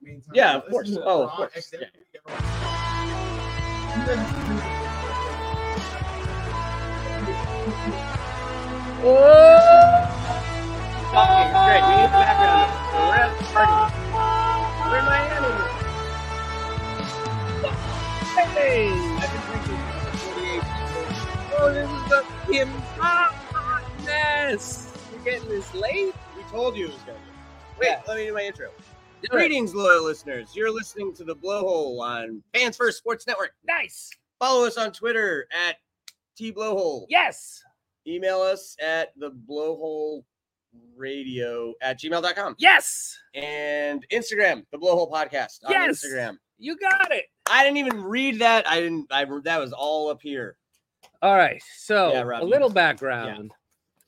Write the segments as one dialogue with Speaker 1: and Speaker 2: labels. Speaker 1: fucking time.
Speaker 2: Yeah, of
Speaker 1: Listen
Speaker 2: course.
Speaker 1: to
Speaker 2: Oh, of
Speaker 1: Raw
Speaker 2: course.
Speaker 1: XM.
Speaker 2: Yeah.
Speaker 3: Fucking great. We need background. noise. We're at a party. We're in Miami. Hey! I've been drinking for 48 hours. Oh, this is the fucking hotness. We're getting this late.
Speaker 2: We told you it was going to be. Wait,
Speaker 3: Yeah.
Speaker 2: let me do my intro.
Speaker 3: Do it.
Speaker 2: Greetings, loyal listeners. You're listening to The Blowhole on Fans First Sports Network.
Speaker 3: Nice.
Speaker 2: Follow us on Twitter at TBlowhole.
Speaker 3: Yes.
Speaker 2: Email us at the blowhole radio at gmail.com
Speaker 3: Yes.
Speaker 2: and Instagram, the blowhole podcast on
Speaker 3: Yes.
Speaker 2: Instagram.
Speaker 3: You got it.
Speaker 2: I didn't even read that. I didn't. I that was all up here.
Speaker 3: All right. So
Speaker 2: Yeah,
Speaker 3: a
Speaker 2: Robbie.
Speaker 3: little background.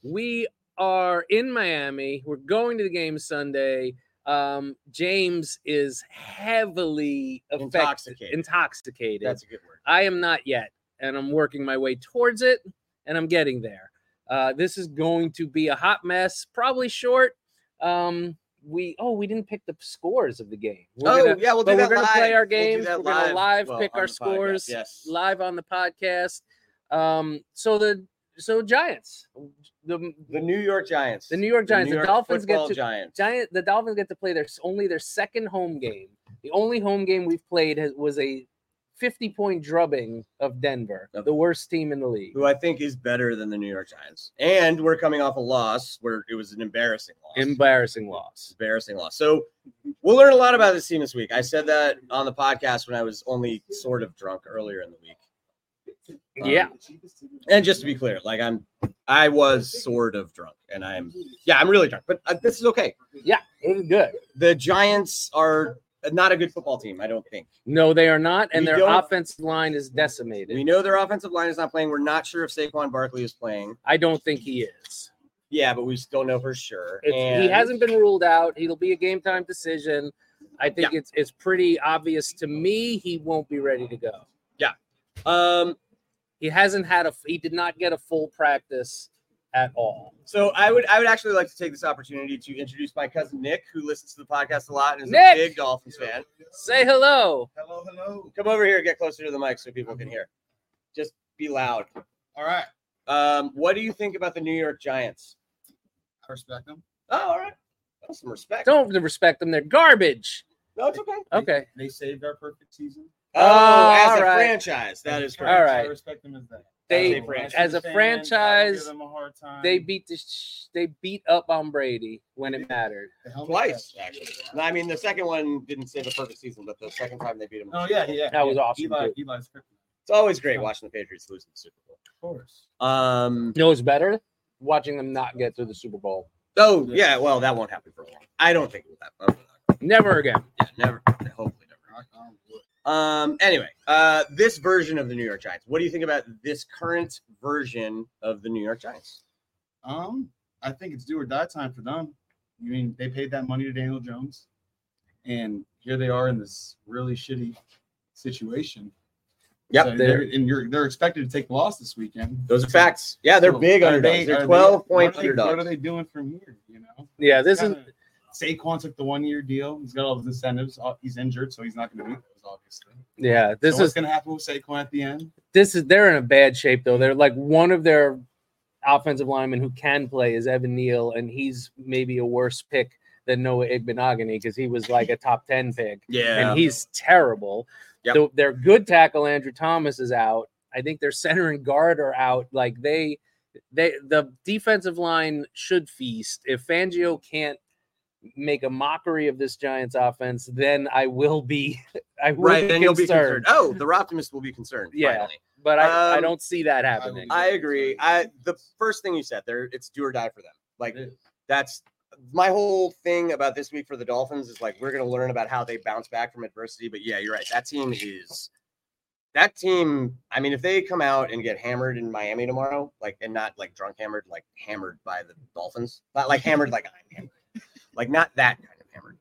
Speaker 3: We are in Miami. We're going to the game Sunday. Um, James is heavily affected,
Speaker 2: Intoxicated.
Speaker 3: intoxicated.
Speaker 2: That's a good word.
Speaker 3: I am not yet, and I'm working my way towards it, and I'm getting there. Uh, this is going to be a hot mess, probably short. Um, we oh, we didn't pick the scores of the game. We're
Speaker 2: oh
Speaker 3: gonna-
Speaker 2: yeah, we'll do
Speaker 3: but we're
Speaker 2: that
Speaker 3: gonna
Speaker 2: live.
Speaker 3: play our
Speaker 2: We'll do
Speaker 3: games.
Speaker 2: that
Speaker 3: We're gonna live pick
Speaker 2: on
Speaker 3: our
Speaker 2: the podcast.
Speaker 3: scores.
Speaker 2: Yes.
Speaker 3: live on the podcast. Um, so the so Giants, the
Speaker 2: The New York Giants.
Speaker 3: the New York Giants, the, Dolphins get
Speaker 2: football
Speaker 3: to
Speaker 2: Giants.
Speaker 3: Giant. The Dolphins get to play their s- only their second home game. The only home game we've played has, was a fifty point drubbing of Denver,
Speaker 2: Of-
Speaker 3: the worst team in the league.
Speaker 2: who I think is better than the New York Giants. And we're coming off a loss where it was an embarrassing loss.
Speaker 3: Embarrassing loss.
Speaker 2: embarrassing loss. So we'll learn a lot about this team this week. I said that on the podcast when I was only sort of drunk earlier in the week. Um,
Speaker 3: yeah,
Speaker 2: And just to be clear, like I'm, I was sort of drunk, and I'm, yeah, I'm really drunk. But uh, this is okay.
Speaker 3: yeah, it was good.
Speaker 2: The Giants are not a good football team. I don't think
Speaker 3: No, they are not, and
Speaker 2: We
Speaker 3: their
Speaker 2: don't-
Speaker 3: offensive line is decimated.
Speaker 2: we know their offensive line is not playing. We're not sure if Saquon Barkley is playing.
Speaker 3: I don't think he is.
Speaker 2: Yeah, but we still know for sure.
Speaker 3: It's, he
Speaker 2: And-
Speaker 3: hasn't been ruled out. It'll be a game time decision. I think it's it's pretty obvious to me he won't be ready to go.
Speaker 2: Um,
Speaker 3: He hasn't had a he did not get a full practice at all.
Speaker 2: So I would I would actually like to take this opportunity to introduce my cousin Nick, who listens to the podcast a lot and is
Speaker 3: Nick!
Speaker 2: a big Dolphins fan.
Speaker 3: Say hello.
Speaker 1: Hello, hello.
Speaker 2: Come over here, get closer to the mic so people can hear. Just be loud.
Speaker 1: All right.
Speaker 2: Um, what do you think about the New York Giants?
Speaker 1: I respect them.
Speaker 2: Oh, all right. That's some respect.
Speaker 3: Don't respect them. They're garbage.
Speaker 2: no, it's okay.
Speaker 3: Okay.
Speaker 1: They saved our perfect season.
Speaker 2: Oh, as
Speaker 3: all
Speaker 2: a
Speaker 3: right.
Speaker 2: franchise, that is correct.
Speaker 3: All right.
Speaker 1: I respect them as that.
Speaker 3: They-
Speaker 1: As a franchise
Speaker 3: as a
Speaker 1: fan, I don't
Speaker 3: franchise,
Speaker 1: give them a hard time.
Speaker 3: They beat the sh- they beat up on Brady when it mattered.
Speaker 1: The helmet
Speaker 2: Twice,
Speaker 1: test.
Speaker 2: actually. No, I mean, the second one didn't save the perfect season, but the second time they beat him.
Speaker 1: Oh yeah, yeah.
Speaker 3: That was
Speaker 1: yeah.
Speaker 3: awesome,
Speaker 1: Eli,
Speaker 3: too.
Speaker 1: Eli's kryptonite,
Speaker 2: It's always great watching the Patriots lose in the Super Bowl.
Speaker 1: of course.
Speaker 2: Um,
Speaker 3: You know what's better? Watching them not get through the Super Bowl.
Speaker 2: oh, yeah, well, that won't happen for a while. I don't think it will happen.
Speaker 3: Never again.
Speaker 2: Yeah, never. Hopefully never.
Speaker 1: Rock on wood.
Speaker 2: Um. Anyway, uh, this version of the New York Giants. What do you think about this current version of the New York Giants?
Speaker 1: Um, I think it's do or die time for them. I mean, they paid that money to Daniel Jones, and here they are in this really shitty situation.
Speaker 2: Yep,
Speaker 1: So
Speaker 3: they're-
Speaker 1: they're, and you're they're expected to take the loss this weekend.
Speaker 2: Those are facts. Yeah, they're
Speaker 1: So,
Speaker 2: big
Speaker 1: are
Speaker 2: underdogs.
Speaker 1: they-
Speaker 2: They,
Speaker 1: are
Speaker 2: are
Speaker 1: they-
Speaker 2: twelve
Speaker 1: what
Speaker 2: point
Speaker 1: are they-
Speaker 2: underdogs.
Speaker 1: What are they doing from here? You know,
Speaker 3: Yeah, this is
Speaker 1: Kinda- Saquon took the one year deal. He's got all his incentives. All- He's injured, so he's not going to meet those obviously.
Speaker 3: yeah,
Speaker 1: This
Speaker 3: this
Speaker 1: what's
Speaker 3: is
Speaker 1: going to happen with Saquon at the end.
Speaker 3: this is they're in a bad shape though. They're like one of their offensive linemen who can play is Evan Neal, and he's maybe a worse pick than Noah Igbenogany because he was like a top ten pick,
Speaker 2: yeah,
Speaker 3: and he's terrible.
Speaker 2: Yep.
Speaker 3: The- their good tackle Andrew Thomas is out. I think their center and guard are out. Like they, they the defensive line should feast. If Fangio can't make a mockery of this Giants offense, then I will be, I will
Speaker 2: right.
Speaker 3: be
Speaker 2: Then
Speaker 3: concerned.
Speaker 2: you'll be concerned. Oh, the optimist will be concerned.
Speaker 3: Yeah.
Speaker 2: finally.
Speaker 3: But I, I
Speaker 2: Um,
Speaker 3: don't see that happening.
Speaker 2: I agree. I the first thing you said there, it's do or die for them. Like
Speaker 1: It is.
Speaker 2: that's my whole thing about this week for the Dolphins is like we're gonna learn about how they bounce back from adversity. But yeah, you're right. That team is that team. I mean, if they come out and get hammered in Miami tomorrow, like and not like drunk hammered, like hammered by the Dolphins, not like hammered like I'm hammered, like not that kind of hammered.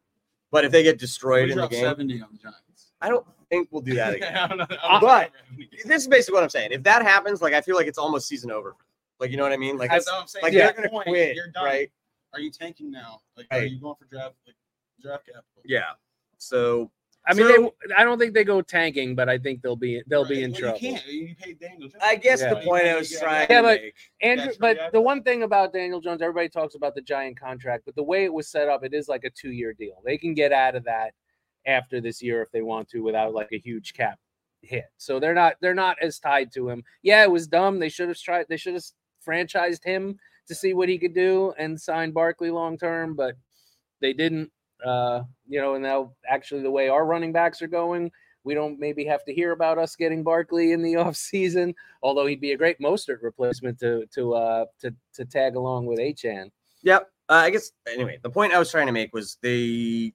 Speaker 2: But if they get destroyed
Speaker 1: We
Speaker 2: in the
Speaker 1: dropped
Speaker 2: game,
Speaker 1: seventy on the Giants.
Speaker 2: I don't think we'll do that again
Speaker 1: I don't know. I
Speaker 3: Uh,
Speaker 1: don't know
Speaker 2: but-
Speaker 1: revenue.
Speaker 2: this is basically what I'm saying. If that happens, like I feel like it's almost season over. for them. Like you know what I mean? Like
Speaker 1: That's
Speaker 2: it's-
Speaker 1: what I'm saying.
Speaker 2: like
Speaker 1: At
Speaker 3: yeah.
Speaker 2: they're
Speaker 1: that
Speaker 2: gonna
Speaker 1: point,
Speaker 2: quit,
Speaker 1: You're done.
Speaker 2: right?
Speaker 1: Are you tanking now? Like, are
Speaker 2: Right.
Speaker 1: you going for draft like, draft capital?
Speaker 2: Yeah. So
Speaker 3: I mean,
Speaker 2: So-
Speaker 3: they, I don't think they go tanking, but I think they'll be they'll be in
Speaker 1: Well,
Speaker 3: trouble.
Speaker 1: You can't. You paid Daniel. Jones.
Speaker 2: I guess
Speaker 3: Yeah.
Speaker 2: the point I was trying
Speaker 3: Yeah,
Speaker 2: to
Speaker 3: but-
Speaker 2: make.
Speaker 3: Andrew,
Speaker 1: That's
Speaker 3: but
Speaker 1: right.
Speaker 3: the one thing about Daniel Jones, everybody talks about the giant contract, but the way it was set up, it is like a two-year deal. They can get out of that after this year if they want to, without like a huge cap hit. So they're not they're not as tied to him. Yeah, it was dumb. They should have tried. They should have franchised him to see what he could do and sign Barkley long term, but they didn't. Uh, you know, and now actually the way our running backs are going, we don't maybe have to hear about us getting Barkley in the offseason although he'd be a great Mostert replacement to to uh to to tag along with Achan.
Speaker 2: Yep. Uh, I guess anyway, the point I was trying to make was they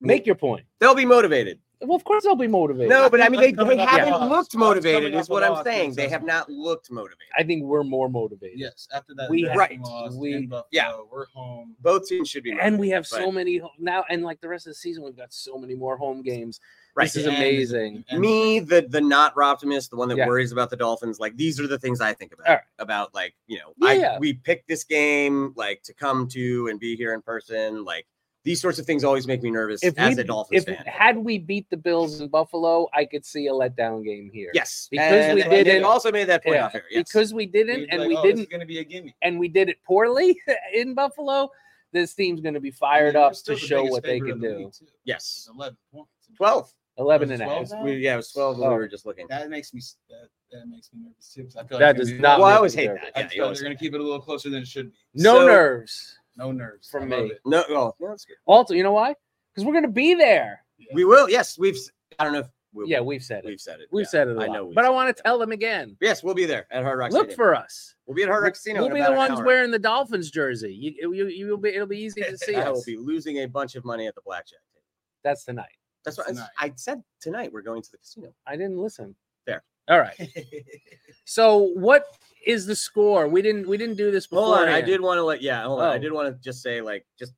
Speaker 3: Make your point.
Speaker 2: they'll be motivated.
Speaker 3: Well, of course they'll be motivated.
Speaker 2: No, but I mean they,
Speaker 1: That's
Speaker 2: they
Speaker 1: coming up a
Speaker 2: haven't
Speaker 1: lot.
Speaker 2: looked
Speaker 1: That's coming
Speaker 2: motivated
Speaker 1: up
Speaker 2: is
Speaker 1: a
Speaker 2: what I'm
Speaker 1: lot,
Speaker 2: saying. They
Speaker 1: that's
Speaker 2: have
Speaker 1: what-
Speaker 2: not looked motivated.
Speaker 3: I think we're more motivated.
Speaker 1: Yes, after that,
Speaker 3: We-
Speaker 1: Jackson
Speaker 2: right,
Speaker 1: loss
Speaker 3: we-
Speaker 1: in Buffalo,
Speaker 2: yeah.
Speaker 1: we're home.
Speaker 2: Both teams should be
Speaker 3: And
Speaker 2: motivated.
Speaker 3: we have so
Speaker 2: Right.
Speaker 3: many ho- now, and like the rest of the season, we've got so many more home games.
Speaker 2: Right.
Speaker 3: This is
Speaker 1: And-
Speaker 3: amazing.
Speaker 1: and-
Speaker 2: me, the the not optimist, the one that
Speaker 3: Yeah.
Speaker 2: worries about the Dolphins, like these are the things I think about.
Speaker 3: All right.
Speaker 2: About like, you know,
Speaker 3: Yeah.
Speaker 2: I we picked this game like to come to and be here in person. Like these sorts of things always make me nervous
Speaker 3: If
Speaker 2: as
Speaker 3: we-
Speaker 2: a Dolphins
Speaker 3: If
Speaker 2: fan.
Speaker 3: had we beat the Bills in Buffalo, I could see a letdown game here.
Speaker 2: Yes.
Speaker 3: Because we
Speaker 2: and- and
Speaker 3: didn't-
Speaker 2: also made that point
Speaker 3: Yeah,
Speaker 2: out there. Yes.
Speaker 3: because we didn't,
Speaker 1: We'd be
Speaker 3: and
Speaker 1: like,
Speaker 3: we
Speaker 1: "Oh, This
Speaker 3: didn't,
Speaker 1: is gonna be a gimme.
Speaker 3: and we did it poorly in Buffalo. This team's going to be fired
Speaker 1: We're
Speaker 3: up
Speaker 1: still
Speaker 3: to
Speaker 1: the
Speaker 3: show
Speaker 1: biggest
Speaker 3: what they
Speaker 1: favorite
Speaker 3: can
Speaker 1: of the
Speaker 3: do.
Speaker 1: league, too. It's
Speaker 2: yes.
Speaker 1: 11 points.
Speaker 2: 12.
Speaker 3: 11 and a
Speaker 1: 12
Speaker 3: half.
Speaker 1: now?
Speaker 2: We, yeah, it was 12 when
Speaker 3: Oh.
Speaker 2: we were just looking.
Speaker 1: That makes me s- that, that makes me nervous too. 'cause I feel
Speaker 3: That
Speaker 1: it's gonna
Speaker 3: does
Speaker 1: be-
Speaker 3: not
Speaker 2: Well, I
Speaker 3: make
Speaker 2: always
Speaker 3: me
Speaker 2: hate
Speaker 3: nervous.
Speaker 2: that.
Speaker 1: I
Speaker 2: Yeah,
Speaker 1: feel
Speaker 2: you
Speaker 1: like
Speaker 2: always
Speaker 1: they're gonna keep it a little closer than it should be.
Speaker 3: No
Speaker 2: So-
Speaker 3: nerves.
Speaker 1: No nerves
Speaker 3: From
Speaker 1: I love
Speaker 3: me.
Speaker 1: it.
Speaker 2: No, well, no, that's good.
Speaker 3: Also, you know why? Because we're gonna be there.
Speaker 2: We will. Yes, we've. s- I don't know if we'll,
Speaker 3: Yeah, we've said it.
Speaker 2: we've said it.
Speaker 3: We've
Speaker 2: yeah.
Speaker 3: said it a
Speaker 2: I
Speaker 3: lot.
Speaker 2: know we've
Speaker 3: but I
Speaker 2: said
Speaker 3: want
Speaker 2: it.
Speaker 3: to tell them again.
Speaker 2: Yes, we'll be there at Hard Rock.
Speaker 3: Look
Speaker 2: Stadium.
Speaker 3: for us.
Speaker 2: We'll be at Hard Rock Casino.
Speaker 3: We'll
Speaker 2: in
Speaker 3: be
Speaker 2: about
Speaker 3: the
Speaker 2: an
Speaker 3: ones
Speaker 2: hour.
Speaker 3: wearing the Dolphins jersey. You, you, you will be. It'll be easy to see
Speaker 2: I will
Speaker 3: us.
Speaker 2: be losing a bunch of money at the blackjack table.
Speaker 3: That's tonight.
Speaker 2: That's what I s-
Speaker 1: Tonight.
Speaker 2: I said tonight. We're going to the casino.
Speaker 3: I didn't listen.
Speaker 2: Fair.
Speaker 3: All right. So what is the score? We didn't. We didn't do this before.
Speaker 2: Hold on, I did want to let. Yeah, hold on. I
Speaker 3: Oh.
Speaker 2: did want to just say like just.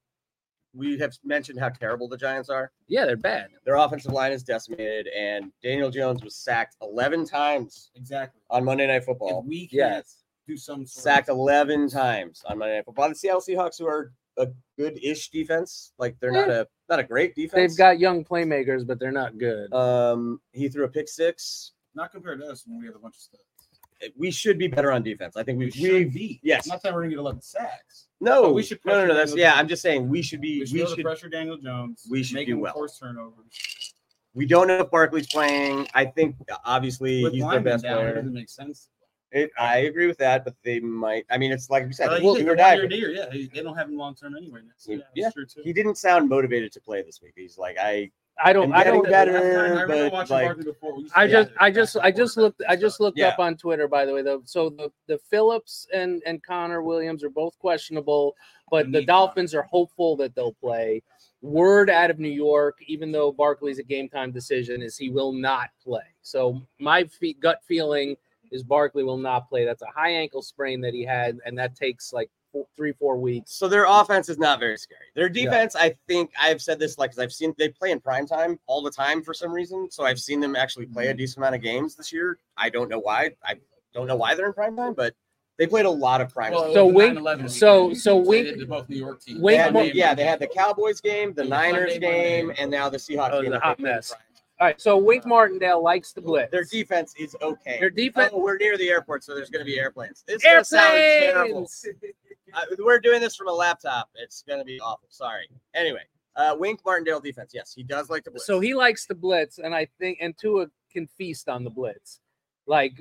Speaker 2: We have mentioned how terrible the Giants are.
Speaker 3: Yeah, they're bad.
Speaker 2: Their offensive line is decimated, and Daniel Jones was sacked 11 times
Speaker 1: exactly.
Speaker 2: on Monday Night
Speaker 1: If
Speaker 2: Football.
Speaker 1: we can't
Speaker 3: Yes.
Speaker 1: do some sort
Speaker 2: Sacked
Speaker 1: of
Speaker 2: 11 times on Monday Night Football. The Seattle Seahawks, who are a good-ish defense, like they're not a not a great defense.
Speaker 3: They've got young playmakers, but they're not good.
Speaker 2: Um, he threw a pick six.
Speaker 1: not compared to us when we have a bunch of stuff.
Speaker 2: We should be better on defense. I think we, we,
Speaker 1: should be.
Speaker 2: yes.
Speaker 1: Not that we're gonna get eleven sacks.
Speaker 2: no,
Speaker 1: but we should
Speaker 2: no, no,
Speaker 1: pressure
Speaker 2: no. That's
Speaker 1: Daniel
Speaker 2: yeah.
Speaker 1: Jones.
Speaker 2: I'm just saying we should be.
Speaker 1: We
Speaker 2: We
Speaker 1: should, be able to
Speaker 2: should.
Speaker 1: pressure Daniel Jones.
Speaker 2: we should
Speaker 1: make
Speaker 2: do
Speaker 1: him
Speaker 2: well.
Speaker 1: Force turnovers.
Speaker 2: We don't know if Barkley's playing. I think uh, obviously
Speaker 1: With
Speaker 2: he's their
Speaker 1: linemen
Speaker 2: best
Speaker 1: down, it
Speaker 2: player.
Speaker 1: doesn't make sense.
Speaker 2: It, I agree with that, but they might. I mean, it's like we said.
Speaker 1: Like,
Speaker 2: it's do
Speaker 1: he's
Speaker 2: or
Speaker 1: a
Speaker 2: die
Speaker 1: one-year
Speaker 2: for
Speaker 1: deal, yeah, they, they don't have him long term anyway. Next year.
Speaker 2: Yeah.
Speaker 1: that's true too.
Speaker 2: He didn't sound motivated to play this week. He's like, I
Speaker 3: I don't.
Speaker 2: and
Speaker 3: I
Speaker 2: getting
Speaker 3: don't.
Speaker 1: Last
Speaker 2: better,
Speaker 1: time, I remember
Speaker 2: but,
Speaker 1: watching
Speaker 2: like-
Speaker 1: Barkley before. we used to
Speaker 3: I
Speaker 1: say
Speaker 3: just,
Speaker 1: that
Speaker 3: I
Speaker 1: back
Speaker 3: just,
Speaker 1: and
Speaker 3: I
Speaker 1: forth
Speaker 3: just
Speaker 1: and
Speaker 3: looked, I
Speaker 1: stuff.
Speaker 3: just looked
Speaker 2: Yeah.
Speaker 3: up on Twitter, by the way. Though, so the, the Phillips and and Connor Williams are both questionable, but
Speaker 1: We
Speaker 3: the
Speaker 1: need Connor.
Speaker 3: Dolphins are hopeful that they'll play. Word out of New York, even though Barkley's a game time decision, is he will not play. So my fe- gut feeling is Barkley will not play. That's a high ankle sprain that he had, and that takes like four, three, four weeks.
Speaker 2: So their offense is not very scary. Their
Speaker 3: Yeah.
Speaker 2: defense, I think I've said this like because I've seen they play in prime time all the time for some reason. So I've seen them actually play
Speaker 1: Mm-hmm.
Speaker 2: a decent amount of games this year. I don't know why. I don't know why they're in prime time, but they played a lot of prime
Speaker 1: Well,
Speaker 2: time.
Speaker 1: it
Speaker 3: So
Speaker 1: was a
Speaker 3: Wink-
Speaker 1: 9/11
Speaker 3: so-
Speaker 1: weekend.
Speaker 3: so
Speaker 1: They
Speaker 3: Wink-
Speaker 1: did to both New York teams.
Speaker 2: They
Speaker 3: Wink-
Speaker 2: had
Speaker 3: Wink-
Speaker 2: the- yeah, they had the Cowboys game, the
Speaker 1: It was
Speaker 2: Niners
Speaker 1: Sunday, Monday.
Speaker 2: game, and now the Seahawks
Speaker 3: Oh,
Speaker 2: game.
Speaker 3: the
Speaker 2: that
Speaker 3: hot
Speaker 2: they played in
Speaker 3: mess.
Speaker 2: prime time.
Speaker 3: All right. So Wink Martindale likes the blitz.
Speaker 2: Their defense is okay.
Speaker 3: Their defense.
Speaker 2: Oh, we're near the airport, so there's going to be airplanes. This
Speaker 3: Airplanes!
Speaker 2: airplanes! sound terrible. I, we're doing this from a laptop. It's going to be awful. Sorry. Anyway, uh, Wink Martindale defense. Yes, he does like to blitz.
Speaker 3: So he likes the blitz, and I think and Tua can feast on the blitz. Like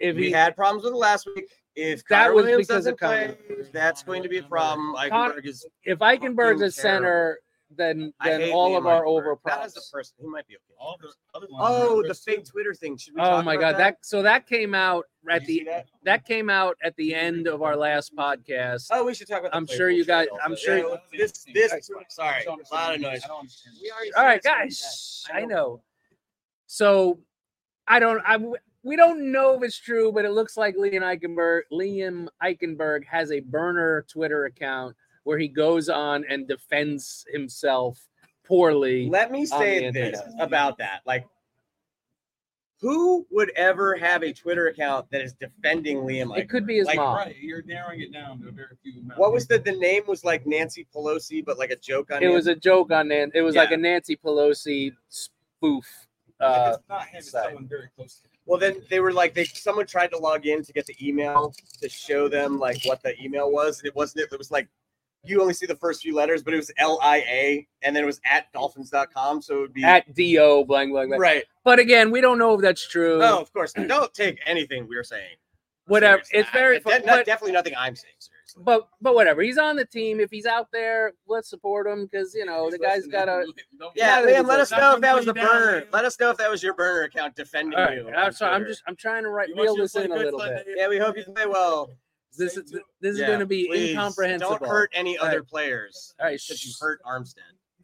Speaker 3: if
Speaker 2: we
Speaker 3: he
Speaker 2: had problems with it last week. If
Speaker 3: That
Speaker 2: Connor
Speaker 3: was
Speaker 2: Williams
Speaker 3: because
Speaker 2: doesn't
Speaker 3: of
Speaker 2: play,
Speaker 1: Connor.
Speaker 2: that's going to be a problem.
Speaker 3: Connor-
Speaker 2: Eichenberg is.
Speaker 3: if Eichenberg's
Speaker 2: Fucking
Speaker 3: a center, then
Speaker 2: I
Speaker 3: then
Speaker 2: hate
Speaker 3: all
Speaker 2: Liam
Speaker 3: of our
Speaker 2: Eichenberg.
Speaker 3: over
Speaker 2: That is the
Speaker 3: props.
Speaker 2: person. He might be okay.
Speaker 1: All the other linemen
Speaker 2: Oh,
Speaker 1: were
Speaker 2: the
Speaker 1: first,
Speaker 2: fake
Speaker 1: too.
Speaker 2: Twitter thing. Should we
Speaker 3: Oh
Speaker 2: talk
Speaker 3: my
Speaker 2: about
Speaker 3: god, that so that came out at
Speaker 2: Did you see
Speaker 3: the
Speaker 2: that?
Speaker 3: that came out at the end of our last podcast.
Speaker 2: Oh, we should talk about. the
Speaker 3: I'm
Speaker 2: play
Speaker 3: sure you
Speaker 2: bullshit
Speaker 3: guys-
Speaker 2: also.
Speaker 3: I'm sure-
Speaker 2: Yeah, this. This. Sorry,
Speaker 1: So I'm
Speaker 2: a lot of noise.
Speaker 1: I don't understand.
Speaker 2: We already
Speaker 3: All
Speaker 2: said
Speaker 3: right,
Speaker 2: it's gonna be
Speaker 3: guys,
Speaker 2: bad.
Speaker 3: I know. So I don't I we don't know if it's true, but it looks like Liam Eichenberg Liam Eichenberg has a burner Twitter account where he goes on and defends himself poorly.
Speaker 2: Let me
Speaker 3: on the
Speaker 2: say this
Speaker 3: internet.
Speaker 2: about that. Like, Who would ever have a Twitter account that is defending Liam? Eichler?
Speaker 3: It could be his
Speaker 2: Like,
Speaker 3: mom.
Speaker 1: Right, you're narrowing it down to a very few. amount.
Speaker 2: What was the the name was like Nancy Pelosi, but like a joke on
Speaker 3: It was a joke on Nan. It was like
Speaker 2: Yeah.
Speaker 3: a Nancy Pelosi spoof.
Speaker 1: If
Speaker 3: Uh,
Speaker 1: it's not him, it's
Speaker 3: side.
Speaker 1: someone very close to him.
Speaker 2: Well, then they were like, they someone tried to log in to get the email to show them like what the email was, and it wasn't. It was like you only see the first few letters, but it was L I A, and then it was at dolphins.com. So it would be
Speaker 3: at do blank blank blank.
Speaker 2: right.
Speaker 3: But again, we don't know if that's true.
Speaker 2: No, of course. Don't take anything we're saying.
Speaker 3: Whatever.
Speaker 2: seriously.
Speaker 3: It's very
Speaker 2: I-
Speaker 3: fu-
Speaker 2: de- not-
Speaker 3: but-
Speaker 2: definitely nothing I'm saying. Seriously.
Speaker 3: But but whatever. He's on the team. If he's out there, let's support him because you know
Speaker 1: He's
Speaker 3: the
Speaker 1: less
Speaker 3: guy's
Speaker 1: than
Speaker 3: got a.
Speaker 1: that. Don't-
Speaker 2: Yeah,
Speaker 3: Yeah,
Speaker 2: Liam, let us
Speaker 1: it's-
Speaker 2: know if that was
Speaker 1: Something
Speaker 2: a
Speaker 1: down,
Speaker 2: burner.
Speaker 1: Liam.
Speaker 2: Let us know if that was your burner account defending
Speaker 3: All right,
Speaker 2: you.
Speaker 3: I'm sorry. I'm
Speaker 2: Twitter.
Speaker 3: just I'm trying to write
Speaker 1: You want
Speaker 3: reel
Speaker 1: you to
Speaker 3: this
Speaker 1: play
Speaker 3: in a
Speaker 1: good
Speaker 3: little
Speaker 1: Sunday?
Speaker 3: bit.
Speaker 2: Yeah, we hope you play well.
Speaker 3: This is this is
Speaker 2: Yeah,
Speaker 3: going to be
Speaker 2: please,
Speaker 3: incomprehensible.
Speaker 2: Don't hurt any
Speaker 3: All right.
Speaker 2: other players
Speaker 3: All right,
Speaker 2: that you
Speaker 3: sh-
Speaker 2: hurt Armstead.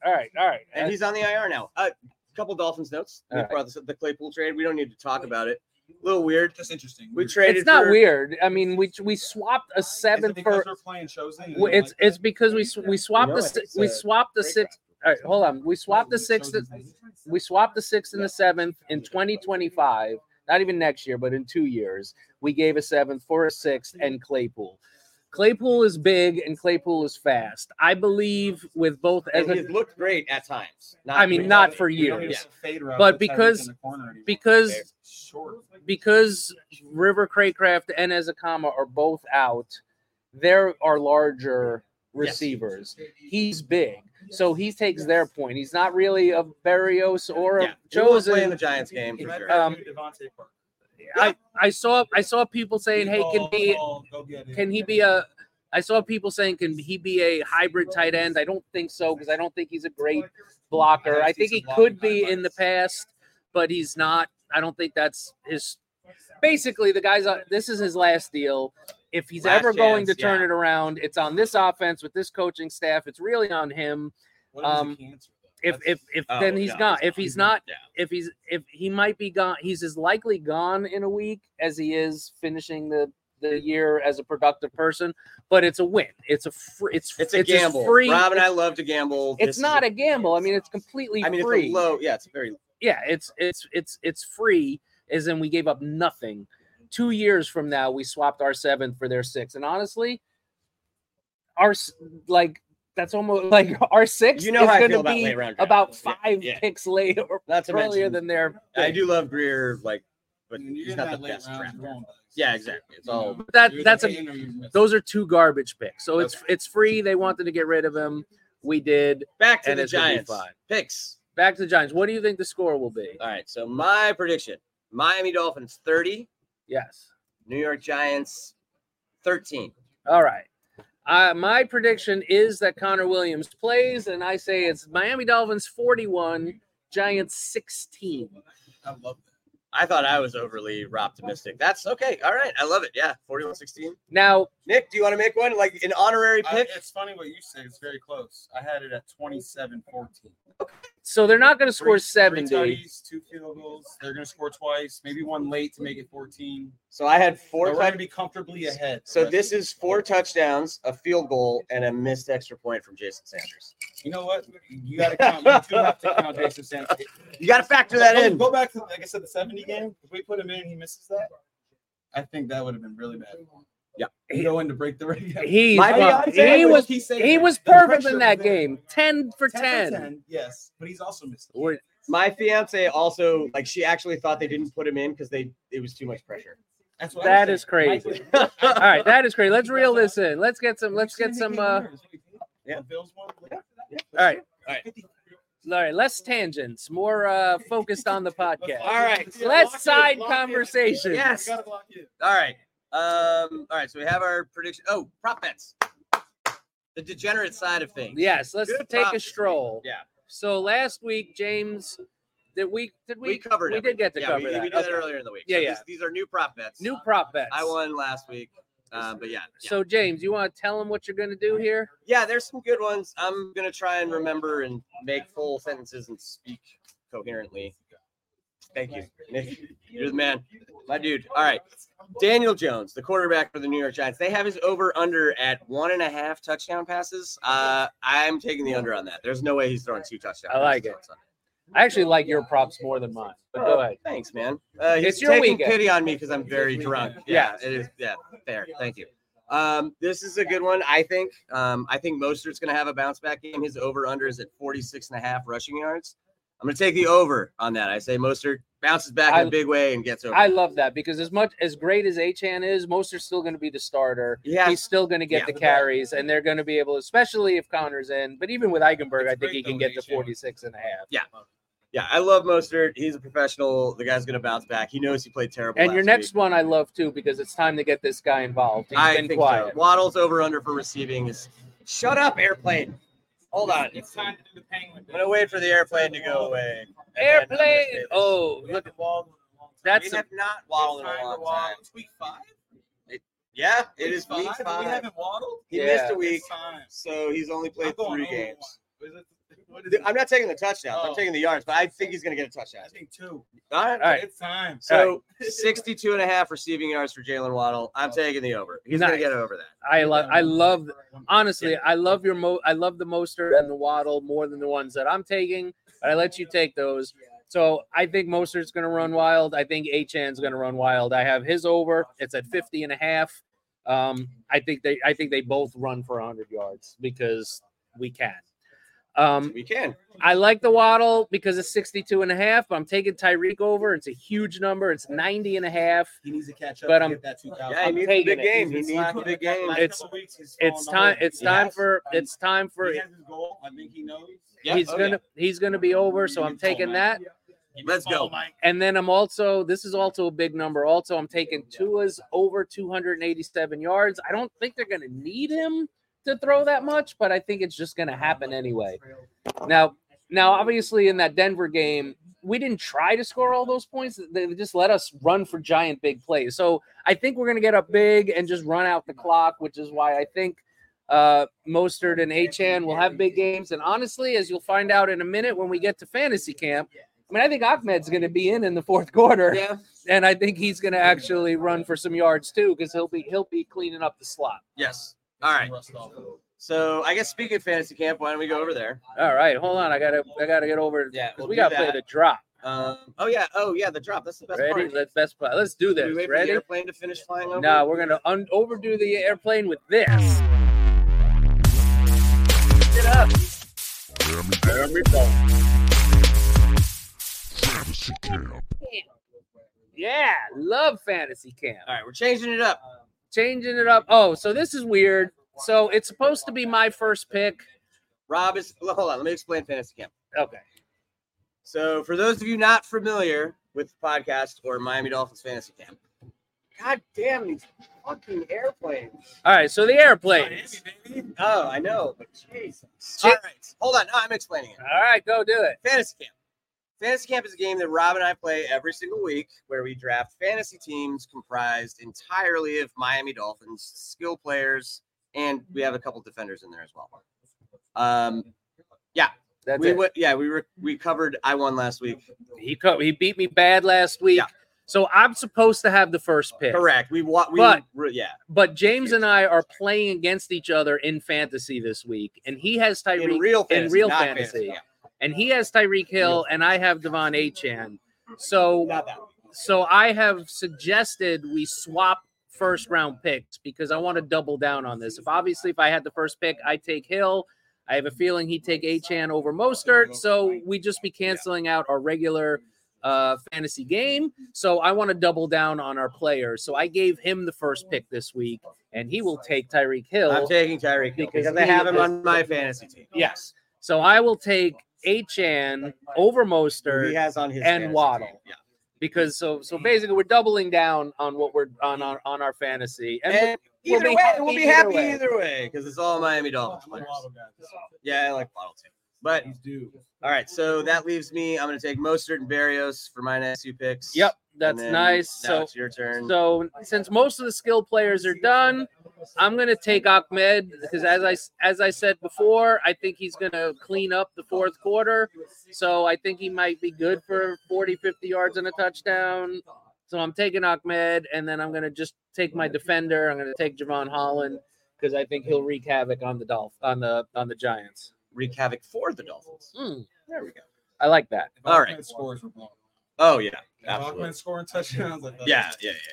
Speaker 3: all right, all right. Uh,
Speaker 2: and he's on the IR now. A couple Dolphins notes. We
Speaker 3: Alright.
Speaker 2: brought this up the Claypool trade. We don't need to talk about it. A little weird.
Speaker 1: Just interesting.
Speaker 2: We
Speaker 1: Weird.
Speaker 2: traded.
Speaker 3: it's not
Speaker 2: for-
Speaker 3: weird. I mean, we we swapped a
Speaker 1: Is it
Speaker 3: seven
Speaker 1: because
Speaker 3: for.
Speaker 1: they're playing shows. and they
Speaker 3: w-
Speaker 1: don't
Speaker 3: It's
Speaker 1: like
Speaker 3: it's
Speaker 1: that?
Speaker 3: because we sw- we swapped
Speaker 2: know
Speaker 3: the
Speaker 2: it.
Speaker 3: si-
Speaker 2: It's
Speaker 3: we
Speaker 2: a
Speaker 3: swapped the
Speaker 2: great
Speaker 3: six. All right, hold on. We swapped the sixth. We swapped the sixth and the seventh in 2025. Not even next year, but in two years, we gave a seventh for a sixth and Claypool. Claypool is big and Claypool is fast. I believe with both as
Speaker 2: And
Speaker 3: a
Speaker 2: he's looked great at times. Not
Speaker 3: I mean,
Speaker 1: We
Speaker 2: great.
Speaker 3: not
Speaker 1: don't-
Speaker 3: for
Speaker 1: we don't need
Speaker 2: years.
Speaker 1: a fade route with
Speaker 3: But
Speaker 1: Tyreek in
Speaker 3: because-
Speaker 1: the corner anymore.
Speaker 3: because
Speaker 2: Fair.
Speaker 1: short.
Speaker 3: because River Craycraft and Ezekama are both out, there are larger receivers. He's big, so he takes their point. He's not really a Barrios or a
Speaker 2: Yeah, we will play in
Speaker 3: chosen.
Speaker 2: the Giants game for sure.
Speaker 3: Um,
Speaker 1: Devontae Parker.
Speaker 3: I, I saw I saw people saying, "Hey, can
Speaker 1: Ball,
Speaker 3: he
Speaker 1: ball, go get it.
Speaker 3: can he be a?" I saw people saying, "Can he be a hybrid tight end?" I don't think so because I don't think he's a great blocker. I think he could be in the past, but he's not. I don't think that's his. Basically, the guy's on, this is his last deal. If he's
Speaker 2: Last
Speaker 3: ever going to
Speaker 2: chance,
Speaker 3: turn
Speaker 2: yeah.
Speaker 3: it around, it's on this offense with this coaching staff. It's really on him.
Speaker 1: What if it's a
Speaker 3: um,
Speaker 1: cancer, though?
Speaker 3: If
Speaker 1: That's-
Speaker 3: if if
Speaker 2: Oh,
Speaker 3: then he's
Speaker 2: no,
Speaker 3: gone.
Speaker 2: he's
Speaker 3: If
Speaker 2: not.
Speaker 3: he's not,
Speaker 2: Yeah.
Speaker 3: if he's if he might be gone. He's as likely gone in a week as he is finishing the the year as a productive person. But it's a win. It's a free. It's
Speaker 2: It's a
Speaker 3: as
Speaker 2: gamble.
Speaker 3: Free.
Speaker 2: Rob and I love to gamble. This
Speaker 3: it's
Speaker 2: is
Speaker 3: not a gamble. I mean, it's completely
Speaker 2: I mean,
Speaker 3: free
Speaker 2: it's a low. Yeah, it's a very.
Speaker 3: yeah, it's it's it's it's free. Is in we gave up nothing. Two years from now, we swapped our seventh for their six, and honestly, our s- like that's almost like our six.
Speaker 2: You know
Speaker 3: is
Speaker 2: how I
Speaker 3: going
Speaker 2: feel
Speaker 3: to
Speaker 2: about
Speaker 3: be
Speaker 2: late round drafts.
Speaker 3: about
Speaker 2: Yeah,
Speaker 3: five
Speaker 2: yeah.
Speaker 3: picks later or
Speaker 2: Not to
Speaker 3: earlier
Speaker 2: mention,
Speaker 3: than their.
Speaker 2: I do love Greer, like, but
Speaker 1: I mean, you're
Speaker 2: he's
Speaker 1: in
Speaker 2: not
Speaker 1: that
Speaker 2: the
Speaker 1: late
Speaker 2: best
Speaker 1: round,
Speaker 2: draft.
Speaker 1: you're going back.
Speaker 2: Yeah, exactly. It's
Speaker 1: You
Speaker 2: all.
Speaker 1: know,
Speaker 3: But Mm, that-
Speaker 1: you're
Speaker 3: that's a-
Speaker 1: either hitting or you're missing.
Speaker 3: Those are two garbage picks, so it's it's free. They wanted to get rid of him. We did.
Speaker 2: Back to
Speaker 3: And
Speaker 2: the
Speaker 3: it's gonna be
Speaker 2: Giants.
Speaker 3: fine.
Speaker 2: Picks.
Speaker 3: Back to the Giants. What do you think the score will be?
Speaker 2: All right. So my prediction: Miami Dolphins thirty,
Speaker 3: Yes.
Speaker 2: New York Giants thirteen.
Speaker 3: All right. Uh, my prediction is that Connor Williams plays, and I say it's Miami Dolphins 41, Giants 16.
Speaker 1: I love that.
Speaker 2: I thought I was overly optimistic. That's okay. All right. I love it. Yeah. 41 16.
Speaker 3: Now,
Speaker 2: Nick, do you want to make one like an honorary
Speaker 1: I-
Speaker 2: pick?
Speaker 1: Uh, it's funny what you say. It's very close. I had it at 27 14.
Speaker 3: so they're not going to score
Speaker 1: Three
Speaker 3: 70.
Speaker 1: tutties, two field goals. They're going to score twice, maybe one late to make it 14.
Speaker 2: so I had
Speaker 1: But
Speaker 2: four.
Speaker 1: we're going
Speaker 2: Touch-
Speaker 1: to be comfortably ahead.
Speaker 2: so this is four touchdowns, a field goal, and a missed extra point from Jason Sanders.
Speaker 1: You know what? You got to count. You do have to count Jason Sanders.
Speaker 2: You got to factor that
Speaker 1: go,
Speaker 2: in.
Speaker 1: Go back to, like I said, the 70 game. If we put him in and he misses that, I think that would have been really bad.
Speaker 2: Yeah.
Speaker 1: You go in to break the record.
Speaker 3: He,
Speaker 2: My
Speaker 3: well,
Speaker 2: Beyonce
Speaker 3: he
Speaker 2: was-
Speaker 3: was
Speaker 1: he,
Speaker 3: he was perfect in that game. 10 for
Speaker 1: 10,
Speaker 3: 10.
Speaker 1: Yes, but he's also missed. it.
Speaker 3: Or-
Speaker 2: My fiance also like she actually thought they didn't put him in because they it was too much pressure.
Speaker 1: That's I
Speaker 3: That
Speaker 1: was
Speaker 3: is
Speaker 1: saying.
Speaker 3: crazy.
Speaker 1: Michael-
Speaker 3: All right, that is great. Let's reel this in. Let's get some. Let's
Speaker 1: You
Speaker 3: get
Speaker 1: see
Speaker 3: some.
Speaker 1: the
Speaker 3: Uh,
Speaker 1: game winner.
Speaker 2: Yeah.
Speaker 1: Bills won.
Speaker 3: all right,
Speaker 2: All right.
Speaker 3: all right. Less tangents, more uh, focused on the podcast.
Speaker 2: All right,
Speaker 3: Let's side conversation.
Speaker 2: Yes. All right. Um, all right. So we have our prediction. Oh, prop bets. The degenerate side of things.
Speaker 3: Yes, let's
Speaker 2: Good
Speaker 3: take a
Speaker 2: props.
Speaker 3: stroll.
Speaker 2: Yeah.
Speaker 3: So last week, James, did we did we,
Speaker 2: We, covered
Speaker 3: we
Speaker 2: everything.
Speaker 3: did get to
Speaker 2: yeah,
Speaker 3: cover
Speaker 2: we,
Speaker 3: that.
Speaker 2: We did
Speaker 3: Okay.
Speaker 2: that earlier in the week.
Speaker 3: Yeah,
Speaker 2: So
Speaker 3: yeah.
Speaker 2: These, these are new prop bets.
Speaker 3: New prop bets.
Speaker 2: I won last week. Uh, but yeah, yeah.
Speaker 3: So James, you want to tell them what you're going to do here?
Speaker 2: yeah, there's some good ones. I'm gonna try and remember and make full sentences and speak coherently. Thank you, Nick. You're the man, my dude. All right, Daniel Jones, the quarterback for the New York Giants. They have his over/under at one and a half touchdown passes. Uh, I'm taking the under on that. There's no way he's throwing two touchdowns.
Speaker 3: I like it.
Speaker 4: Mm-hmm.
Speaker 3: I actually like your props more than mine. But go
Speaker 2: Oh,
Speaker 3: ahead.
Speaker 2: Thanks, man. Uh, he's
Speaker 3: It's your
Speaker 2: taking
Speaker 3: weekend.
Speaker 2: pity on me because I'm very drunk. Yeah, it is. Yeah, fair. Thank you. Um, this is a good one, I think. Um, I think Mostert's going to have a bounce back game. His over under is at 46 and a half rushing yards. I'm going to take the over on that. I say Mostert bounces back in
Speaker 3: I-
Speaker 2: a big way and gets over.
Speaker 3: I love that because as much as great as Achan is, Mostert's still going to be the starter.
Speaker 2: yeah,
Speaker 3: He's still going to get
Speaker 2: Yeah.
Speaker 3: the carries, and they're going to be able, especially if Connor's in. But even with Eichenberg,
Speaker 4: It's
Speaker 3: I think
Speaker 4: great
Speaker 3: he can
Speaker 4: though
Speaker 3: get the
Speaker 4: with Achane.
Speaker 3: 46 and a half.
Speaker 2: yeah. I love Mostert. He's a professional. The guy's going to bounce back. He knows he played terrible.
Speaker 3: And your
Speaker 2: last
Speaker 3: next
Speaker 2: week.
Speaker 3: one I love too because it's time to get this guy involved. He's
Speaker 2: I
Speaker 3: been
Speaker 2: think
Speaker 3: quiet.
Speaker 2: so. Waddle's over under for receiving is. Shut up, airplane. Hold on.
Speaker 4: It's time to do the penguin.
Speaker 2: I'm gonna wait for the airplane to go away. And then I'm gonna say
Speaker 3: Airplane.
Speaker 2: this.
Speaker 3: Oh,
Speaker 4: We
Speaker 3: look,
Speaker 4: haven't waddled in a long time.
Speaker 3: that's
Speaker 2: we
Speaker 3: a,
Speaker 2: have not
Speaker 4: It's
Speaker 2: waddled in
Speaker 4: time
Speaker 2: a
Speaker 4: to
Speaker 2: long
Speaker 4: waddle.
Speaker 2: time.
Speaker 4: It's week five.
Speaker 2: Yeah, it is
Speaker 4: five.
Speaker 2: week
Speaker 4: We
Speaker 2: five.
Speaker 4: haven't waddled.
Speaker 2: He
Speaker 3: Yeah.
Speaker 2: missed a
Speaker 4: It's
Speaker 2: week,
Speaker 4: time.
Speaker 2: so he's only
Speaker 4: I'm
Speaker 2: played
Speaker 4: going
Speaker 2: three
Speaker 4: over one.
Speaker 2: games.
Speaker 4: What is it? What is
Speaker 2: Dude,
Speaker 4: it?
Speaker 2: I'm not taking the touchdowns. I'm
Speaker 4: Oh.
Speaker 2: taking the yards, but I think he's gonna get a touchdown.
Speaker 4: I think two.
Speaker 2: All right.
Speaker 3: All right.
Speaker 4: It's time.
Speaker 2: So 62 and a half receiving yards for Jalen Waddle.
Speaker 4: Oh.
Speaker 2: I'm taking the over. He's gonna
Speaker 3: Nice.
Speaker 2: get over that.
Speaker 3: I love. I love. Honestly,
Speaker 2: Yeah.
Speaker 3: I love your mo. I love the Moster and the Waddle more than the ones that I'm taking. But I let you take those. So I think Mostert's going to run wild. I think Achan's going to run wild. I have his over. It's at 50 and a half. Um, I think they. I think they both run for 100 yards because we can. Um,
Speaker 2: We can.
Speaker 3: I like the Waddle because it's 62 and a half, but I'm taking Tyreek over. It's a huge number. It's 90 and a half.
Speaker 1: He needs to catch up.
Speaker 3: But
Speaker 1: to
Speaker 3: I'm-
Speaker 1: get that two thousand.
Speaker 2: Yeah, he
Speaker 3: I'm
Speaker 2: needs a
Speaker 3: taking
Speaker 2: big
Speaker 3: it.
Speaker 2: game. He
Speaker 1: He's
Speaker 2: needs a big game.
Speaker 3: It's- It's time it's
Speaker 2: He
Speaker 3: time
Speaker 2: has-
Speaker 3: for
Speaker 1: I'm-
Speaker 3: it's time for
Speaker 1: He has his goal. I think he knows.
Speaker 2: Yeah,
Speaker 3: he's
Speaker 2: oh yeah.
Speaker 3: gonna he's gonna be over, so
Speaker 1: You
Speaker 3: I'm
Speaker 1: can call
Speaker 3: taking
Speaker 1: Mike.
Speaker 3: that.
Speaker 2: Let's go.
Speaker 3: And then I'm also this is also a big number. Also, I'm taking Tua's over 287 yards. I don't think they're gonna need him to throw that much, but I think it's just gonna happen anyway. Now, now obviously in that Denver game, we didn't try to score all those points. They just let us run for giant big plays. So I think we're gonna get up big and just run out the clock, which is why I think uh Mostert and Achan will have big games. And honestly, as you'll find out in a minute when we get to fantasy camp, I mean I think Ahmed's gonna be in in the fourth quarter.
Speaker 2: Yeah.
Speaker 3: And I think he's gonna actually run for some yards too, because he'll be he'll be cleaning up the slot.
Speaker 2: Yes. All right. So I guess speaking of fantasy camp, why don't we go over there?
Speaker 3: All right, hold on. I gotta I gotta get over
Speaker 2: Yeah,
Speaker 3: 'cause
Speaker 2: we'll
Speaker 3: we
Speaker 2: do
Speaker 3: gotta play
Speaker 2: that.
Speaker 3: the drop.
Speaker 2: Um, oh yeah, oh yeah, the drop. That's the best
Speaker 3: Ready?
Speaker 2: part.
Speaker 3: Let's best play. Let's do
Speaker 2: Do we
Speaker 3: this.
Speaker 2: wait for the
Speaker 3: Ready?
Speaker 2: airplane to finish flying over?
Speaker 3: No, we're gonna un- overdo the airplane with this.
Speaker 2: Get up.
Speaker 3: Yeah, love fantasy camp.
Speaker 2: All right, we're changing it up.
Speaker 3: Changing it up. Oh, so this is weird. So it's supposed to be my first pick.
Speaker 2: Rob is well, hold on. Let me explain fantasy camp.
Speaker 3: Okay.
Speaker 2: So for those of you not familiar with the podcast or Miami Dolphins fantasy camp, god damn these fucking airplanes.
Speaker 3: All right. So the airplanes.
Speaker 2: Oh, I know, but jeez.
Speaker 3: Ch-
Speaker 2: All right, hold on. No, I'm explaining it.
Speaker 3: All right, go do it.
Speaker 2: Fantasy Camp. Fantasy Camp is a game that Rob and I play every single week where we draft fantasy teams comprised entirely of Miami Dolphins skill players, and we have a couple defenders in there as well. Um,
Speaker 3: That's
Speaker 2: we
Speaker 3: it.
Speaker 2: went, yeah, we were we covered I won last week.
Speaker 3: He co- he beat me bad last week.
Speaker 2: Yeah.
Speaker 3: So I'm supposed to have the first pick.
Speaker 2: Correct. We wa- we
Speaker 3: But-
Speaker 2: re- yeah.
Speaker 3: But James and I are playing against each other in fantasy this week, and he has Tyreek
Speaker 2: In real fantasy,
Speaker 3: real
Speaker 2: not
Speaker 3: fantasy. and he has Tyreek Hill, and I have Devon Achan.
Speaker 2: yeah.
Speaker 3: So
Speaker 2: Not that. one.
Speaker 3: so I have suggested we swap first round picks because I want to double down on this. If obviously if I had the first pick, I take Hill. I have a feeling he'd take Achan over Mostert, so we just be canceling out our regular uh fantasy game. So I want to double down on our players. So I gave him the first pick this week, and he will take Tyreek
Speaker 2: I'm
Speaker 3: Hill.
Speaker 2: taking Tyreek Hill
Speaker 3: Because
Speaker 2: because I have
Speaker 3: he
Speaker 2: him
Speaker 3: is-
Speaker 2: on my fantasy team.
Speaker 3: Yes. So I will take Achan over Mostert.
Speaker 2: He has on his
Speaker 3: And
Speaker 2: fantasy team.
Speaker 3: Waddle.
Speaker 2: Yeah.
Speaker 3: because so so basically we're doubling down on what we're on on, on our fantasy and,
Speaker 2: And
Speaker 3: we'll
Speaker 2: either
Speaker 3: be
Speaker 2: way,
Speaker 3: happy
Speaker 2: we'll be
Speaker 3: either
Speaker 2: happy
Speaker 3: way.
Speaker 2: either way because it's all Miami Dolphins players. Yeah, I like Waddle too. But
Speaker 1: He's due.
Speaker 2: all right, so that leaves me. I'm going to take Mostert and Barrios for my next two picks.
Speaker 3: yep
Speaker 2: And
Speaker 3: that's
Speaker 2: then
Speaker 3: nice
Speaker 2: Now
Speaker 3: so
Speaker 2: it's your turn.
Speaker 3: so since most of the skill players are done i'm going to take ahmed because as i s- as i said before i think he's going to clean up the fourth quarter so i think he might be good for 40 50 yards and a touchdown so i'm taking ahmed and then i'm going to just take my defender i'm going to take javon holland because i think he'll wreak havoc on the dolph on the on the giants
Speaker 2: Wreak havoc for the Dolphins.
Speaker 3: Hmm.
Speaker 2: There we go.
Speaker 3: I like that.
Speaker 1: If
Speaker 2: All right.
Speaker 1: Ahmed Scores were blown.
Speaker 2: Oh yeah,
Speaker 1: If
Speaker 2: absolutely.
Speaker 1: Ahmed scoring touchdowns. Like that.
Speaker 2: Yeah, yeah, yeah, yeah.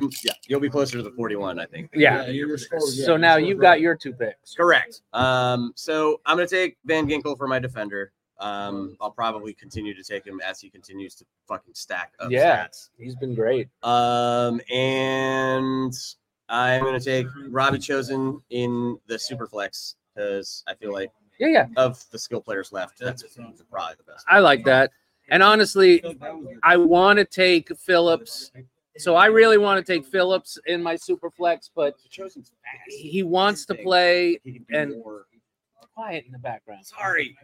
Speaker 2: You yeah, you'll be closer to the 41, I think.
Speaker 3: Oh, Yeah.
Speaker 1: you were scored- yeah,
Speaker 3: so
Speaker 1: you
Speaker 3: now
Speaker 1: scored
Speaker 3: you've
Speaker 1: right.
Speaker 3: got your two picks.
Speaker 2: Correct. Um, so I'm going to take Van Ginkel for my defender. Um, I'll probably continue to take him as he continues to fucking stack up
Speaker 3: Yeah.
Speaker 2: stats.
Speaker 3: He's been great.
Speaker 2: Um, and I'm going to take Robbie Chosen in the Superflex because I feel like
Speaker 3: Yeah, yeah.
Speaker 2: of the skill players left, that's probably the best.
Speaker 3: I like that. And honestly, I want to take Phillips. So I really want to take Phillips in my super flex, but
Speaker 2: Chosen's
Speaker 3: he wants to play and-
Speaker 2: more.
Speaker 3: quiet in the background.
Speaker 2: Sorry.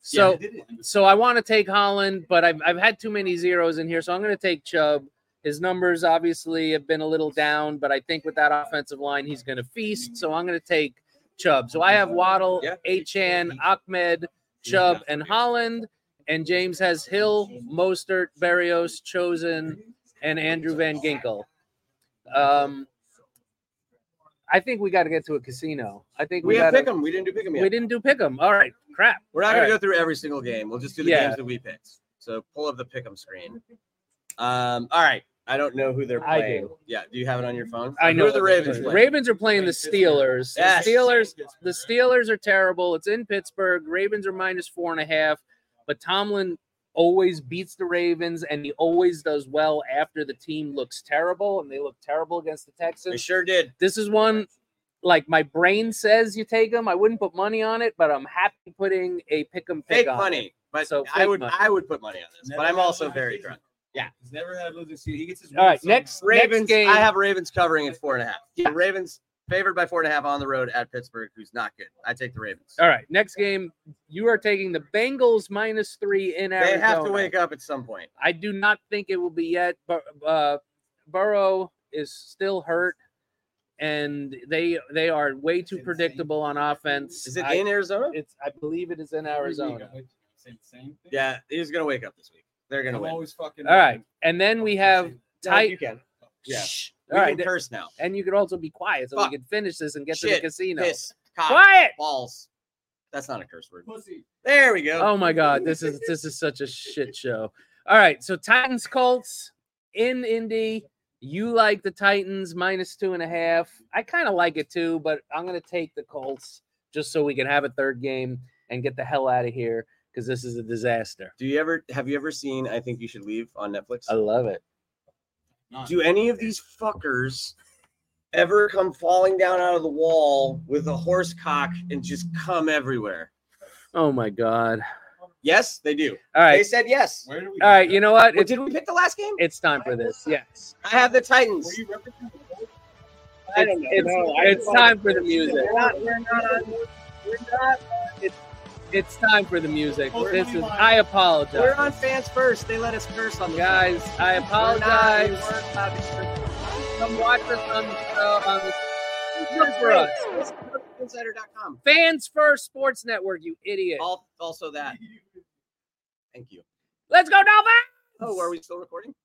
Speaker 3: So
Speaker 2: Yeah.
Speaker 3: so I want to take Holland, but I've, I've had too many zeros in here, so I'm going to take Chubb. His numbers obviously have been a little down, but I think with that offensive line, he's going to feast. So I'm going to take Chubb. So I have Waddle,
Speaker 2: Yeah.
Speaker 3: Achan, Ahmed, Chubb, and Holland. And James has Hill, Mostert, Barrios, Chosen, and Andrew Van Ginkel. Um, I think we got to get to a casino. I think
Speaker 2: We
Speaker 3: we,
Speaker 2: have
Speaker 3: got.
Speaker 2: pick them. We didn't do pick them yet.
Speaker 3: We didn't do pick 'em. All right, crap.
Speaker 2: We're not going
Speaker 3: All
Speaker 2: to
Speaker 3: right.
Speaker 2: go through every single game. We'll just do the
Speaker 3: Yeah.
Speaker 2: games that we picked. So pull up the pick'em screen. Um, all right. I don't know who they're
Speaker 3: I
Speaker 2: playing.
Speaker 3: do.
Speaker 2: Yeah. Do you have it on your phone?
Speaker 3: I
Speaker 2: Who are
Speaker 3: know
Speaker 2: the
Speaker 3: what they're
Speaker 2: Ravens
Speaker 3: playing.
Speaker 2: playing?
Speaker 3: Ravens are playing the Steelers. The
Speaker 2: Yes.
Speaker 3: Steelers. The Steelers are terrible. It's in Pittsburgh. Ravens are minus four and a half. But Tomlin always beats the Ravens, and he always does well after the team looks terrible, and they look terrible against the
Speaker 2: They
Speaker 3: Texans.
Speaker 2: sure did.
Speaker 3: This is one. Like my brain says, you take them. I wouldn't put money on it, but I'm happy putting a pick 'em pick
Speaker 2: Fake
Speaker 3: on it.
Speaker 2: money. But
Speaker 3: So
Speaker 2: I
Speaker 3: fake
Speaker 2: would
Speaker 3: money.
Speaker 2: I would put money on this.
Speaker 1: Never
Speaker 2: But I'm
Speaker 1: had
Speaker 2: also
Speaker 1: losing
Speaker 2: very
Speaker 1: season.
Speaker 2: drunk.
Speaker 1: He's never had losing season. He gets his
Speaker 3: All right,
Speaker 1: win
Speaker 3: next-
Speaker 1: somehow.
Speaker 2: Ravens.
Speaker 3: game-
Speaker 2: I have Ravens covering at four and a half. The Ravens favored by four and a half on the road at Pittsburgh, who's not good. I take the Ravens.
Speaker 3: All right, next game. You are taking the Bengals minus three in Arizona.
Speaker 2: They have to wake up at some point.
Speaker 3: I do not think it will be yet. But uh, Burrow is still hurt, and they they are way too predictable on offense.
Speaker 2: Is it
Speaker 3: I,
Speaker 2: in Arizona?
Speaker 3: It's I believe it is in Arizona.
Speaker 1: Say the same thing.
Speaker 2: Yeah, he's gonna wake up this week. They're gonna
Speaker 1: I'm
Speaker 2: win.
Speaker 1: always fucking
Speaker 3: All right, and then we have
Speaker 2: No,
Speaker 3: tight.
Speaker 2: You can. Yeah.
Speaker 3: Shh.
Speaker 2: We
Speaker 3: All right,
Speaker 2: can curse now.
Speaker 3: and you could also be quiet so
Speaker 2: Fuck.
Speaker 3: we can finish this and get to the
Speaker 2: Shit.
Speaker 3: casino.
Speaker 2: Piss. Cock.
Speaker 3: Quiet.
Speaker 2: Balls. That's not a curse word.
Speaker 1: Pussy.
Speaker 2: There we go.
Speaker 3: Oh my god, this is this is such a shit show. All right, so Titans Colts in Indy. You like the Titans minus two and a half. I kind of like it too, but I'm gonna take the Colts just so we can have a third game and get the hell out of here because this is a disaster.
Speaker 2: Do you ever have you ever seen I Think You Should Leave on Netflix?
Speaker 3: I love it.
Speaker 2: Do any of these fuckers ever come falling down out of the wall with a horse cock and just come everywhere?
Speaker 3: Oh my god.
Speaker 2: Yes, they do.
Speaker 3: All
Speaker 2: They
Speaker 3: right,
Speaker 2: said yes.
Speaker 1: Where do we?
Speaker 3: all right. You know what?
Speaker 2: Well,
Speaker 3: It's
Speaker 2: did we pick the last game?
Speaker 3: it's time for this. Yes,
Speaker 2: I have the Titans.
Speaker 1: Were you referencing the Colts?
Speaker 2: I
Speaker 3: it's
Speaker 2: don't know. No, I
Speaker 3: it's, it's
Speaker 2: thought-
Speaker 3: time for the music.
Speaker 2: We're not- we're not on- we're not-
Speaker 3: uh, It's time for the music. This is. I apologize.
Speaker 2: We're on fans first. They let us curse on the
Speaker 3: Guys, I
Speaker 2: We're not- we
Speaker 3: apologize.
Speaker 2: weren't allowed to curse.
Speaker 3: Come watch us on the show on the Look
Speaker 2: That's
Speaker 3: for us.
Speaker 2: right. Insider.com.
Speaker 3: Fans First Sports Network, you idiot.
Speaker 2: Al- Also that. Thank you.
Speaker 3: Let's go, Dolphins!
Speaker 2: Oh, are we still recording?